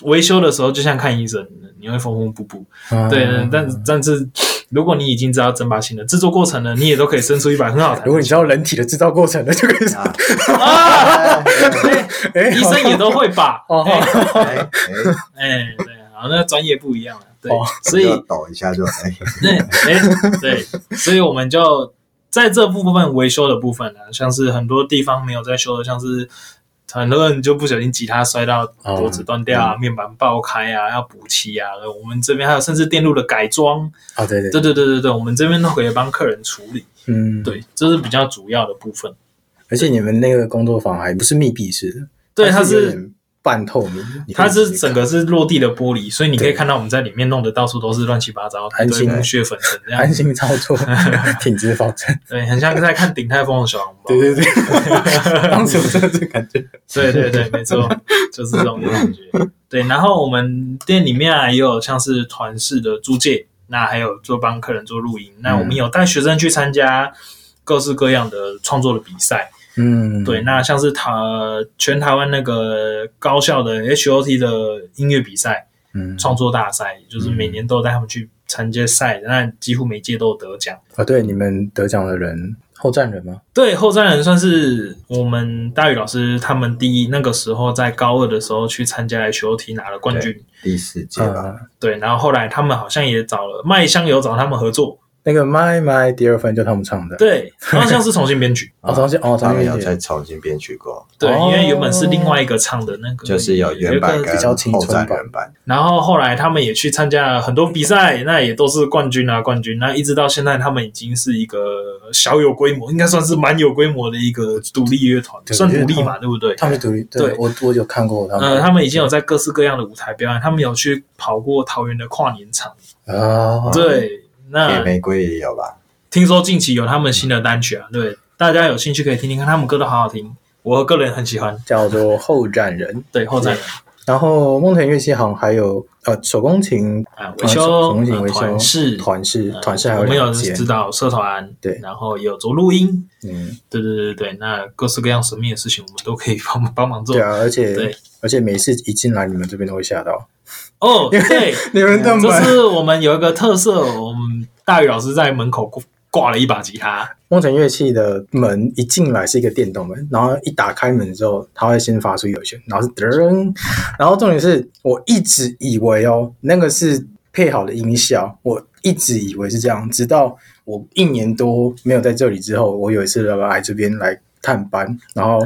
维修的时候，就像看医生，你会缝缝补补。
啊
对，
嗯
但但是如果你已经知道整把琴的制作过程了，你也都可以生出一把很好弹的琴。
如果你知道人体的制造过程的，就可以 说，
啊
啊，
哎，
医生也都会吧？
哦，
哎
哎哎，
哎，对，好，那专业不一样了。对
哦，
所以
就抖一下就哎，
那哎、对，所以我们就在这部分维修的部分呢、啊像是很多地方没有在修的，像是很多人就不小心吉他摔到
哦
脖子断
嗯
掉啊、面板爆开啊，要补漆啊。我们这边还有甚至电路的改装，
啊，对
对
对，
对对对对，我们这边都可以帮客人处理。
嗯，。
对，这是比较主要的部分。
而且你们那个工作坊还不是密闭式的，
对，它
有
是
点半透明，你可以
它是
直接
整个是落地的玻璃，所以你可以
对
看到我们在里面弄得到处都是乱七八糟，一
安
堆
心啊
木屑粉尘这样
安
子，
心操 作，挺直方针。
对，很像在看鼎泰丰的小笼包。
对对 对，当时我真的是感觉，
对对对，没错，就是这种感觉。对，然后我们店里面啊也有像是团式的租借，那还有做帮客人做露营。那我们有带学生去参加各式各样的创作的比赛。
嗯，
对，那像是台全台湾那个高校的 HOT 的音乐比赛、
嗯，
创作大赛，就是每年都有带他们去参加赛，那几乎每届都有得奖。
啊，对，你们得奖的人，后站人吗？
对，后山人算是我们大宇老师他们第一那个时候在高二的时候去参加 HOT 拿了冠军，
第四届吧，
嗯
啊，
对，然后后来他们好像也找了麦香有找他们合作，
那个 My My 第二份就他们唱的，，。
对，好像是重新编曲
哦，重新哦，
他
重
们
新
有
理解
再重新编曲过，
对，
哦
因为原本是另外一个唱的那个，
就是有原
有
版
一个
跟
比较青
后
春
站
版
原版。
然后后来他们也去参加了很多比赛，那也都是冠军啊，冠军。那一直到现在，他们已经是一个小有规模，应该算是蛮有规模的一个独立乐团，
对
算
因为
独立
他
嘛，对不对？
他们是独立，
对
我我有看过他们，
呃，他们已经有在各式各样的舞台表演，他们有去跑过桃园的跨年场。
啊，
对，
铁
嗯
那
玫瑰也有吧？
听说近期有他们新的单曲啊，对，大家有兴趣可以听听看，他们歌都好好听，我个人很喜欢。
叫做后站人。
对，后站
然后梦腾乐器行还有呃手工琴
啊，维
呃手
修
工琴
呃
维修
团式
团式
呃
团式还
我们有
节
指导社团，
对
然后也有做录音，
嗯
对对对对，那各式各样神秘的事情，我们都可以帮帮忙做
对。啊，而且
对
而且每次一进来你们这边都会吓到，
哦，对，
你们的
这
门
是我们有一个特色，我们大宇老师在门口挂挂了一把吉他，
梦腾乐器的门一进来是一个电动门，然后一打开门之后，它会先发出有弦，然后是噔，然后重点是我一直以为哦，那个是配好的音效，我一直以为是这样，直到我一年多没有在这里之后，我有一次来这边来。探班，然后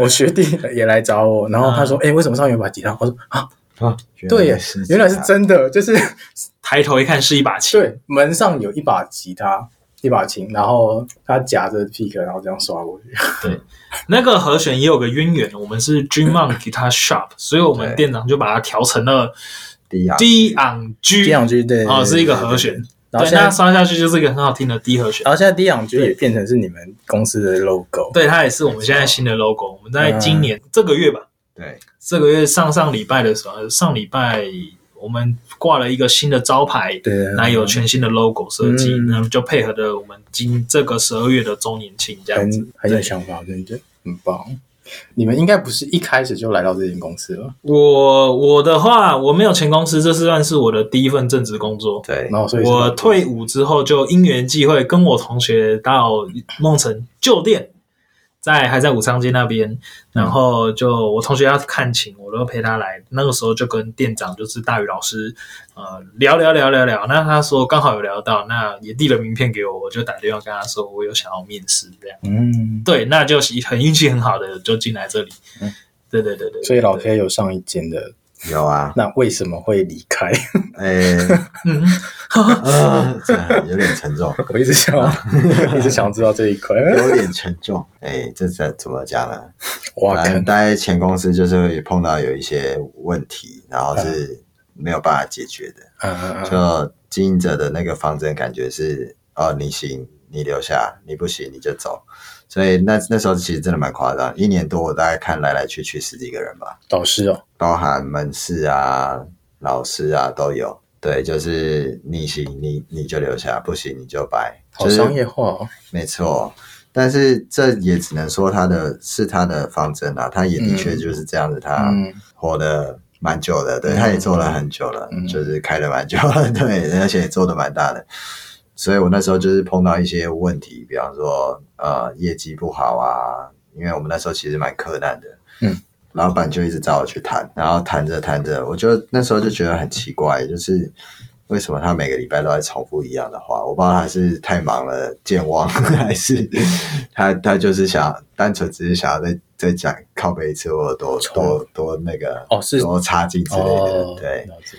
我学弟也来找我，然后他说：“哎、为什么上面有把吉他？”我说：“啊，
啊，
对耶，原来是
这样
真的，就是
抬头一看是一把琴，
对，门上有一把吉他，一把琴，然后他夹着 pick，然后这样刷过去。
那个和弦也有个渊源，我们是 Dream On
嗯
Guitar Shop，所以我们
对
店长就把它调成了
低啊，
D on G，
低氧居对
哦是一个
对
和弦，
然后
对，
现在啊
那，刷下去就是一个很好听的 D 和弦。
然后现在低氧居也变成是你们公司的 logo。
对，它也是我们现在新的 logo。我们在今年、这个月吧，
对，
这个月上上礼拜的时候，上礼拜我们挂了一个新的招牌，
对啊，
那有全新的 logo 设计，
嗯
那就配合的我们今这个十二月的周年庆这样子。
很很有
对
想法，真的很棒。你们应该不是一开始就来到这间公司了，
我我的话，我没有前公司，这是算是我的第一份正职工作。
对，
然后所以是
我退伍之后就因缘际会，跟我同学到梦城旧店，在还在武昌街那边，然后就我同学要看琴，我都陪他来。那个时候就跟店长就是大宇老师，呃，聊聊聊聊聊。那他说刚好有聊到，那也递了名片给我，我就打电话跟他说我有想要面试这样。
嗯，
对，那就很运气很好的就进来这里。
嗯
对对对对，
所以老
对
K 有上一间的，
有 啊，
那为什么会离开？
哎，
嗯，
啊这有点沉重，
我一直想要， 一直想知道这一块。
有点沉重，哎，这怎怎么讲呢？
哇，
反
可
正待在前公司就是会碰到有一些问题，然后是没有办法解决的。
嗯嗯嗯，
就经营者的那个方针，感觉是哦，你行你留下，你不行你就走。所以那那时候其实真的蛮夸张，一年多我大概看来来去去十几个人吧，
导师哦，
包含门市啊、老师啊都有。对，就是你行你你就留下，不行你就拜。
好商业化哦，
没错，但是这也只能说他的是他的方针啊，他也的确就是这样子，他
嗯
活得蛮久的，对，
嗯
他也做了很久了，
嗯
就是开了蛮久了， 对，而且也做的蛮大的。所以我那时候就是碰到一些问题，比方说呃业绩不好啊，因为我们那时候其实蛮困难的，
嗯，
老板就一直找我去谈，然后谈着谈着，我就那时候就觉得很奇怪，就是为什么他每个礼拜都在重复一样的话？我不知道他是太忙了 健忘，还是他他就是想单纯只是想要再再讲靠背一次，或者多多多那个
哦是
多插进之类的，
哦
对。
了解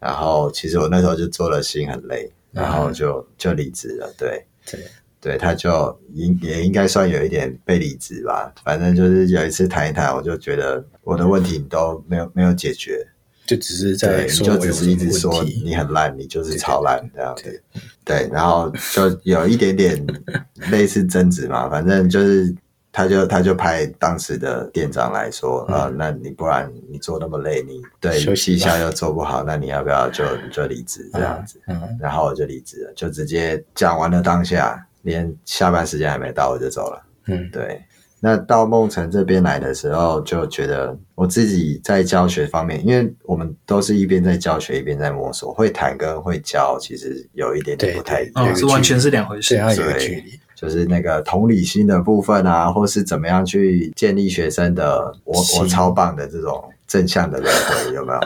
然后其实我那时候就做了心很累，然后就就离职了，对。
对
对，他就应也应该算有一点被离职吧。反正就是有一次谈一谈，我就觉得我的问题你都没有没有解决，
就只
对，
是在
你
说
就
我
只
有
是一
什么
直说
问题嗯
你很烂，你就是超烂这样
对
子。对，然后就有一点点 类似争执嘛，反正就是他就他就派当时的店长来说，呃，那你不然你做那么累，你对
嗯休息
绩
吧
效又做不好，那你要不要就就离职这样子？
嗯，
然后我就离职了，就直接讲完了当下，连下班时间还没到我就走了。
嗯
对，那到梦城这边来的时候，就觉得我自己在教学方面，因为我们都是一边在教学一边在摸索，会弹跟会教其实有一点点不太一
对
样
哦，，是完全是两回
所以
事。
它有一个
对
距离，
就是那个同理心的部分啊，或是怎么样去建立学生的我我
心
超棒的这种正向的人格，有没有？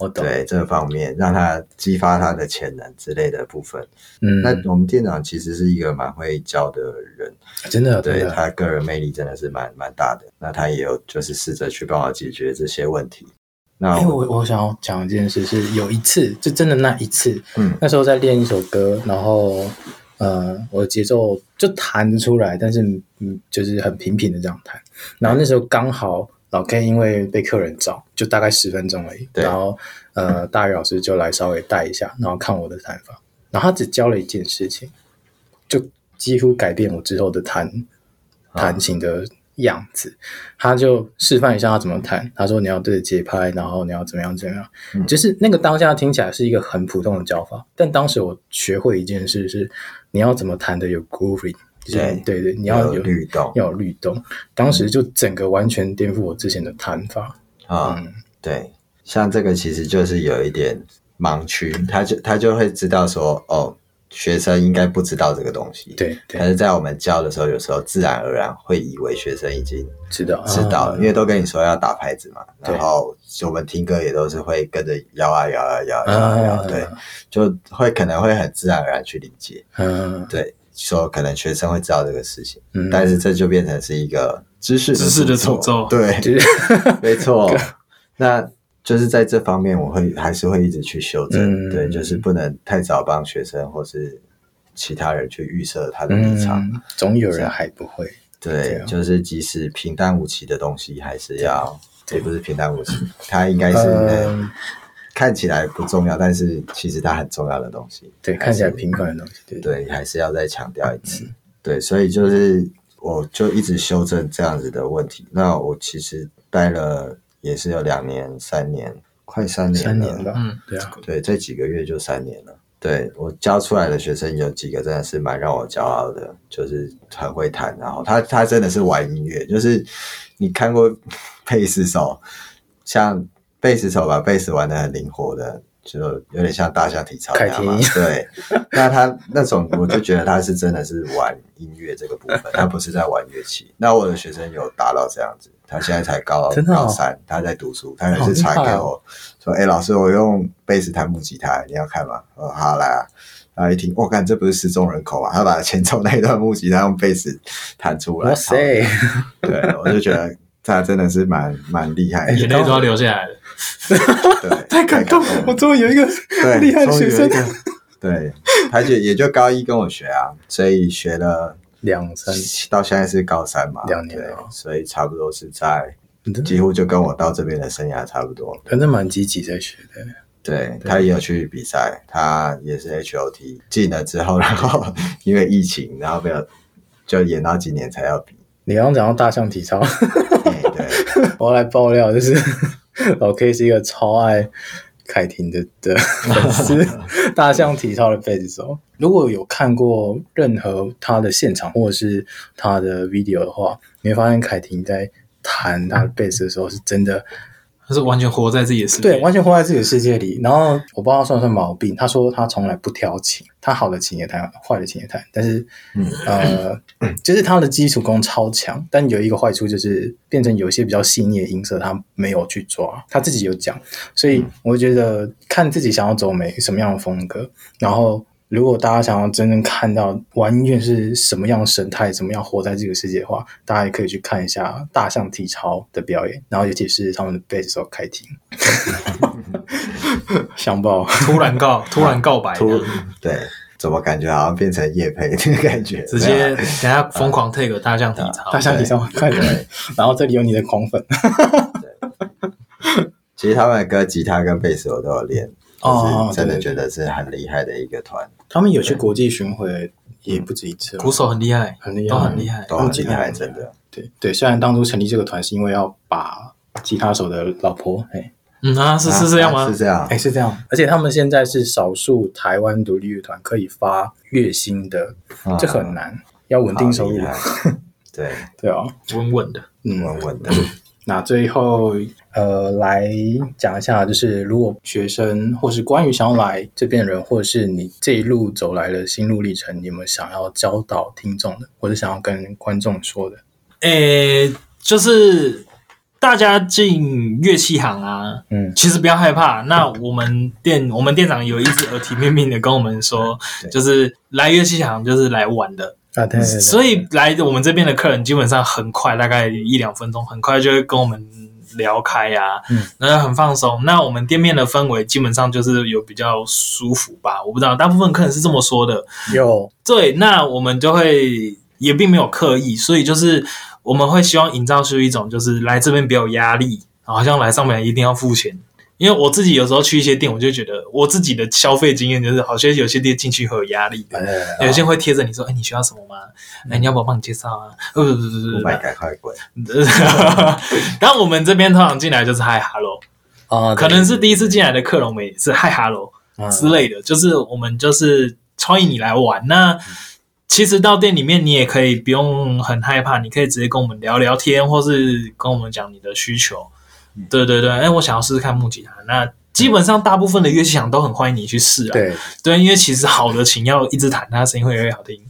我懂，
对这方面，让他激发他的潜能之类的部分。
嗯，
那我们店长其实是一个蛮会教的人，
真的
对
真的
他个人魅力真的是蛮蛮大的。那他也有就是试着去帮我解决这些问题。那
哎、
我
我我想要讲一件事，是有一次，就真的那一次，
嗯
那时候在练一首歌，然后呃，我的节奏就弹得出来，但是嗯，就是很平平的这样弹。然后那时候刚好老 K 因为被客人找，就大概十分钟而已。
对
然后呃，大宇老师就来稍微带一下，然后看我的弹法，然后他只教了一件事情，就几乎改变我之后的弹弹琴的样子。他就示范一下他怎么弹，他说你要对着节拍，然后你要怎么样怎么样。
嗯
就是那个当下听起来是一个很普通的教法，但当时我学会一件事是，你要怎么弹的有 grooving，就是
对
对对，你要有
有律动嗯
要有律动。当时就整个完全颠覆我之前的弹法。
啊、
嗯
对，像这个其实就是有一点盲区，他就他就会知道说，哦，学生应该不知道这个东西。。
对
但
对，
是在我们教的时候，有时候自然而然会以为学生已经
知道
知道了，因为都跟你说要打拍子嘛，
啊对
然后我们听歌也都是会跟着摇啊摇啊摇啊摇啊摇啊，
啊，
对，就会可能会很自然而然去理解，
嗯，
对，说可能学生会知道这个事情，
嗯
但是这就变成是一个知识
知识的诅咒
对，
就是
没错，那就是在这方面，我会还是会一直去修正，
嗯
对，就是不能太早帮学生或是其他人去预设他的立场，
嗯，啊总有
啊
人还不会。这
对，
样
就是即使平淡无奇的东西，还是要也不是平淡无奇，它应该是、
嗯
看起来不重要，但是其实它很重要的东西。
对，看起来平凡的东西，对，
对，还是要再强调一次。对，所以就是我就一直修正这样子的问题。那我其实待了也是有两年、三年，快三年了，
三年吧，
嗯，
对啊，
对，这几个月就三年了。对我教出来的学生有几个真的是蛮让我骄傲的，就是很会弹，然后他他真的是玩音乐，就是你看过贝斯手，像贝斯手把贝斯玩的很灵活的，就有点像大象体操那样嘛
凯。
对，那他那种我就觉得他是真的是玩音乐这个部分，他不是在玩乐器。那我的学生有达到这样子，他现在才高
真的哦
高三，他在读书，他也是
好
传
厉害
给
哦
我。说：“哎、老师，我用贝斯弹木吉他，你要看吗？”我说：“好，来啊。”然后一听，我看这不是失踪人口啊！他把前奏那一段木吉他用贝斯弹出来，
哇塞，
好！对，我就觉得他真的是蛮蛮厉
哎
害
眼
的，
泪都要流下来了。
对，
太感动
太，
我终于有一个
对，
厉害的
终于
学
有一
生，
个。对，他就也就高一跟我学啊，所以学了
两三
到现在是高三嘛，
两年
对
了，
所以差不多是在
真的
几乎就跟我到这边的生涯差不多。
反正蛮积极在学的，
对他也有去比赛，他也是 HOT 进了之后，然 后因为疫情，然后没有就演到今年才要 比。
你刚刚讲到大象体操，
哎对，
我要来爆料，就是 老 K 是一个超爱凯婷的的粉 丝，大象体操的贝斯手。如果有看过任何他的现场或者是他的 video 的话，你会发现凯婷在弹他的贝斯的时候是真的
他是完全活在自己的世界，
对，完全活在自己的世界里。然后我不知道算不算毛病，他说他从来不挑琴，他好的琴也弹，坏的琴也弹，但是、
嗯
呃，就是他的基础功超强，但有一个坏处就是变成有一些比较细腻的音色他没有去抓，他自己有讲，所以
嗯
我觉得看自己想要走美什么样的风格，然后。如果大家想要真正看到玩音乐是什么样的神态，怎么样活在这个世界的话，大家也可以去看一下大象体操的表演，然后尤其是他们的贝斯手开庭。香爆，
突然 告，突然告白，
突对，怎么感觉好像变成叶培的感觉？
直接
没有啊
等下疯狂 take 大象体操
大，象体操，快点！然后这里有你的狂粉，
其实他们的歌吉他跟贝斯我都有练，
哦
就是真的
对
觉得是很厉害的一个团，
他们有去国际巡回也不止一次哦，
鼓手很厉害，
很厉害，
都哦很厉害
嗯都很厉
他
害，
们吉他
真的。
对对，虽然当初成立这个团是因为要把吉他手的老婆，哎
嗯啊，是是
啊
这样
啊
吗
是？这样
哎，是这样，而且他们现在是少数台湾独立乐团可以发月薪的，
嗯
这很难，要稳定收入，
好厉害对，
对啊，
稳稳的，
嗯，
稳稳的，
那最后呃，来讲一下，就是如果学生或是关于想要来这边的人，或者是你这一路走来的心路历程，你有没有想要教导听众的，或者想要跟观众说的？
诶，就是大家进乐器行啊，
嗯，
其实不要害怕。那我们店，我们店长有一直耳提面命的跟我们说，就是来乐器行就是来玩的，
啊，对对对，
所以来我们这边的客人基本上很快，大概一两分钟，很快就会跟我们聊开呀、
嗯
然后很放松。那我们店面的氛围基本上就是有比较舒服吧，我不知道，大部分客人是这么说的。
有
对，那我们就会也并没有刻意，所以就是我们会希望营造出一种就是来这边比较有压力，好像来上面一定要付钱。因为我自己有时候去一些店，我就觉得我自己的消费经验就是，好像有些店进去会有压力的，
呃
有些人会贴着你说：“哎，你需要什么吗？哎，你要不要帮你介绍啊？”呃，不不不不
五
不
百赶快滚！
不， 然后我们这边通常进来就是嗨哈喽，
啊，
可能是第一次进来的客人，我们也是嗨哈喽
嗯
之类的，就是我们就是欢迎你来玩。那其实到店里面，你也可以不用很害怕，你可以直接跟我们聊聊天，或是跟我们讲你的需求。对对对，哎，我想要试试看木吉他。那基本上大部分的乐器行都很欢迎你去试啊。
对，
对，因为其实好的琴要一直弹，它的声音会越来越好听。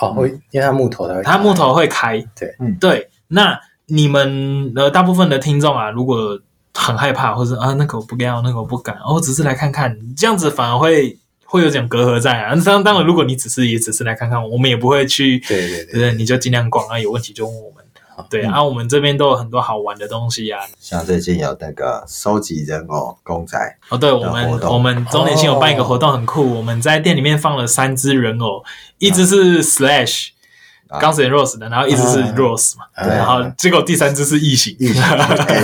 哦，会因为它木头它会
它木头会开，
对，
嗯
对。那你们呃，大部分的听众啊，如果很害怕，或者啊那个我不要，那个我不敢，哦，我只是来看看，这样子反而会会有点隔阂在啊。当当然，如果你只是也只是来看看，我们也不会去，
对对对，嗯
对，你就尽量逛啊，有问题就问我们。对啊，我们这边都有很多好玩的东西啊。
像最近有那个收集人偶公 仔，
哦，对，我
有
们
活动
我们周年庆有办一个活动，很酷。我们在店里面放了三只人偶，一只是 Slash
啊
钢铁 Rose 的，然后一只是 Rose 嘛，
啊
然后结果第三只是异形。
哎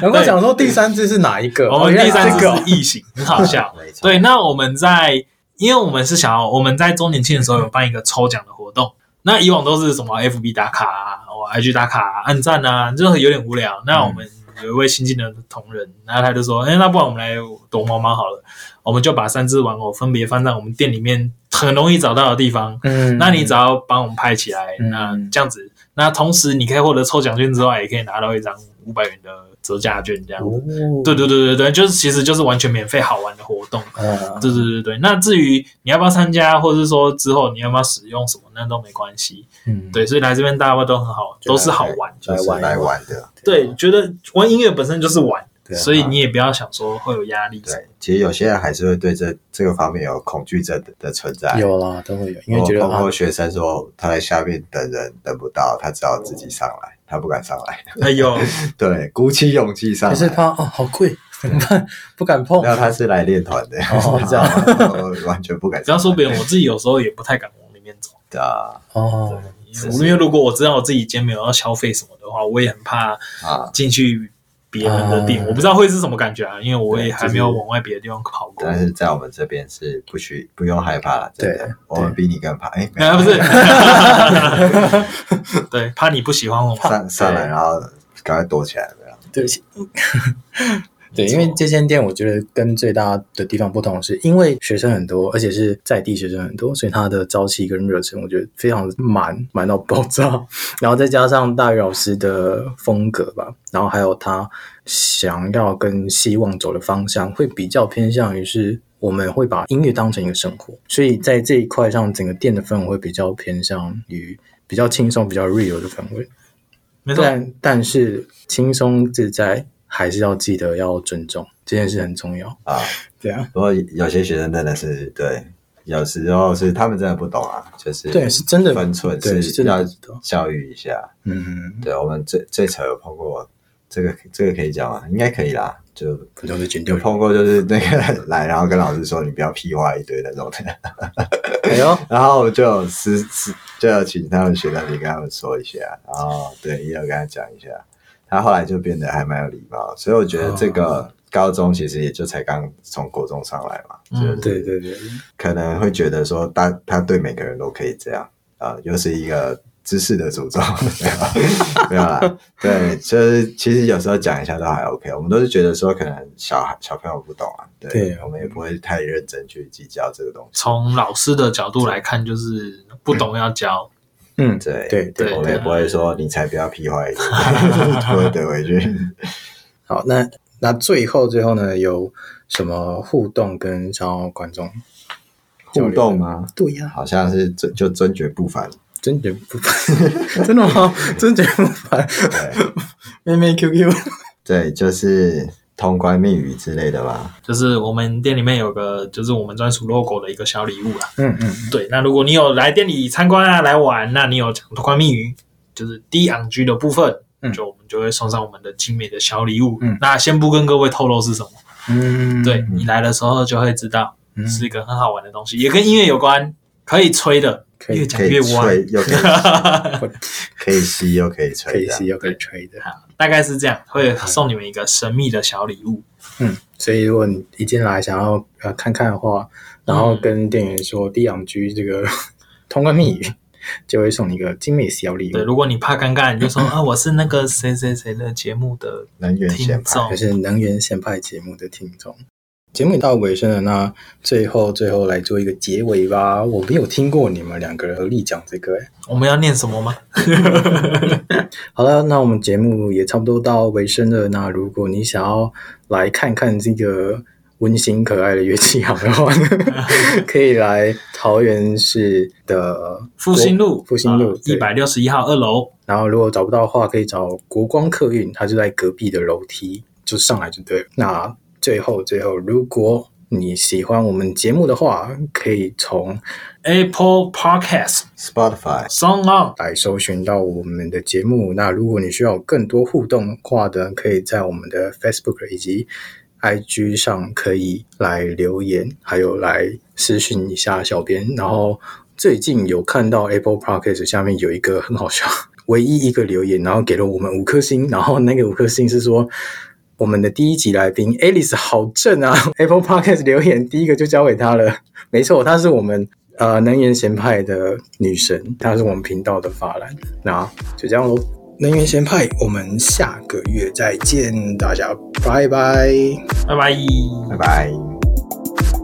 然后想说第三只是哪一个？
我
哦
们
原来
第三只
这个哦
是异形，很好笑
没。错
对，那我们在，因为我们是想要我们在周年庆的时候有办一个抽奖的活动。那以往都是什么 FB 打卡啊，我 IG 打卡、啊、按赞啊，就有点无聊。那
嗯
我们有一位新进的同仁，然后他就说：“哎、那不然我们来躲猫猫好了。”我们就把三只玩偶分别放在我们店里面很容易找到的地方。
嗯
那你只要帮我们拍起来，
嗯
那这样子，那同时你可以获得抽奖券之外，也可以拿到一张五百元的折价券，这样子。
哦
对对对对对，就是其实就是完全免费好玩的活动。
嗯
对对对对，那至于你要不要参加，或者是说之后你要不要使用什么，那都没关系。
嗯
对，所以来这边大家都很好，都是好玩。
就是来玩的。
对，觉得玩音乐本身就是玩，
对啊
所以你也不要想说会有压力。
对，其实有些人还是会对这这个方面有恐惧症的的存在。
有啦，都会有，因为
我
觉得
包
啊
括学生说他在下面等人等不到，他只好自己上来，他不敢上来。
哎呦，
对，鼓起勇气上
还是
来。
怕哦，好贵，怎么办？不敢碰。
没有，他是来练团的，
哦这样
我完全不敢上来。
不要说别人，我自己有时候也不太敢往里面走。
的啊
哦，
因为如果我知道我自己今天没有要消费什么的话，我也很怕
啊，
进去别人的店，
啊
我不知道会是什么感觉啊，因为我
嗯对
也还
就是
没有往外别的地方跑过。
但是在我们这边是不许不用害怕了，真
对
的，我们比你更怕。哎，没有
啊，不 是，对，怕你不喜欢我们。
上上来，然后赶快躲起来，没有？
对，对，因为这间店我觉得跟最大的地方不同是，因为学生很多，而且是在地学生很多，所以他的朝气跟热忱，我觉得非常满满到爆炸。 然后再加上大宇老师的风格吧，然后还有他想要跟希望走的方向，会比较偏向于是。我们会把音乐当成一个生活，所以在这一块上，整个店的氛围会比较偏向于比较轻松、比较 real 的氛围。
没错，
但但是轻松自在还是要记得要尊重，这件事很重要。
啊，
对啊，
不过有些学生真的是对，有时候是他们真的不懂啊，就是
对，是真的
分寸
对，是
是
真的
要
不知道。
教育一下。
嗯，
对我们最最扯有碰过这个这个可以讲吗？应该可以啦，就。
可能是剪掉
有。碰过就是那个来，然后跟老师说你不要屁话一堆那种的，
哎呦，
然后我就有私私就有请他们学长去跟他们说一下，然后对也有跟他讲一下，他后来就变得还蛮有礼貌，所以我觉得这
哦
个高中其实也就才刚从国中上来嘛，
嗯
就是
对对对，
可能会觉得说他他对每个人都可以这样啊、又是一个知识的诅咒， 没有啦没有啦，对，就是其实有时候讲一下都还 OK，我们都是觉得说可能小孩小朋友不懂啊，对，
对
我们也不会太认真去计较这个东西，
从老师的角度来看，就是不懂要教。
嗯，
对
对
对
我们也不会说你才不要屁话一 点，不会怼回去。
好，那那最后最后呢，有什么互动跟想要观众？
互动吗？啊
对呀、
好像是尊就尊爵不凡
真绝不凡， 真的吗？真绝不凡，
对
妹妹 QQ，
对，就是通关密语之类的吧。
就是我们店里面有个就是我们专属 logo 的一个小礼物啦。
嗯嗯，
对，那如果你有来店里参观啊，来玩，那你有讲通关密语，就是 D N G 的部分，
嗯
就我们就会送上我们的精美的小礼物。
嗯
那先不跟各位透露是什么，
嗯，
对你来的时候就会知道，
嗯
是一个很好玩的东西，也跟音乐有关，可以吹的，
可以
越
可
讲
以
越歪
吹，，又可以可以吸，又可以吹，
可以
这样
吸又可以吹的，
大概是这样，会送你们一个神秘的小礼物。
嗯，所以如果你一进来想要呃看看的话，
嗯
然后跟店员说低氧居这个 通关密语， 就会送你一个精美的小礼
对，
物，
如果你怕尴尬，你 就说啊，我是那个谁谁谁的节目的
能源
听
显派。
众
还。是能源显派节目的听众。节目也到尾声了，那最后最后来做一个结尾吧。我没有听过你们两个人合力讲这个、欸，
我们要念什么吗？
好了，那我们节目也差不多到尾声了。那如果你想要来看看这个温馨可爱的乐器行的话 呢，可以来桃园市的
复兴路，啊
复兴路
一
对
百六十一号二楼。
然后如果找不到的话，可以找国光客运，它就在隔壁的楼梯，就上来就对了。那最后最后，如果你喜欢我们节目的话，可以从
Apple Podcast
Spotify，
Song On，
来搜寻到我们的节目。那如果你需要有更多互动的话呢，可以在我们的 Facebook 以及 IG 上可以来留言，还有来私讯一下小编。然后最近有看到 Apple Podcast 下面有一个很好笑， 唯一一个留言，然后给了我们五颗星，然后那个五颗星是说。我们的第一集来宾 Alice 好正啊！Apple Podcast 留言第一个就交给她了。没错，她是我们呃能源贤派的女神，她是我们频道的法兰。那就这样喽，能源贤派，我们下个月再见，大家拜拜。
拜拜。
拜拜。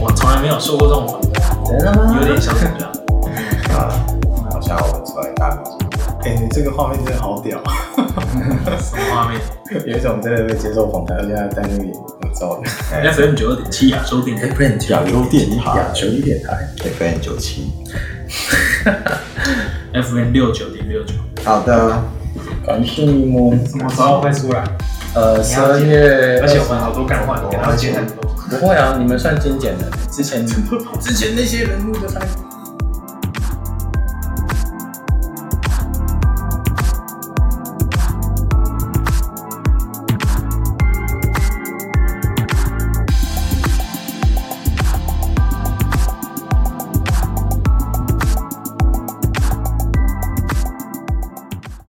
我从来没有受过这种访问，
真的吗
有点小紧张。
啊，好像我们昨天大秒
哎、你这个画面真的好屌，
什么画面？
有一种真的被接受访谈，而且他单位很糟的。
f 是 M 九二点七啊亚洲电台。
不能亚洲
电台
亚洲电台。
FM 九七。
FM 六九点六九，
好的，
感谢你们。
什么时候会出来？
呃，
你
十
要
二
剪
月，
嗯而且我们好多干话，给他们剪很多。
不会啊，你们算精简的。之前之前那些人物都参与。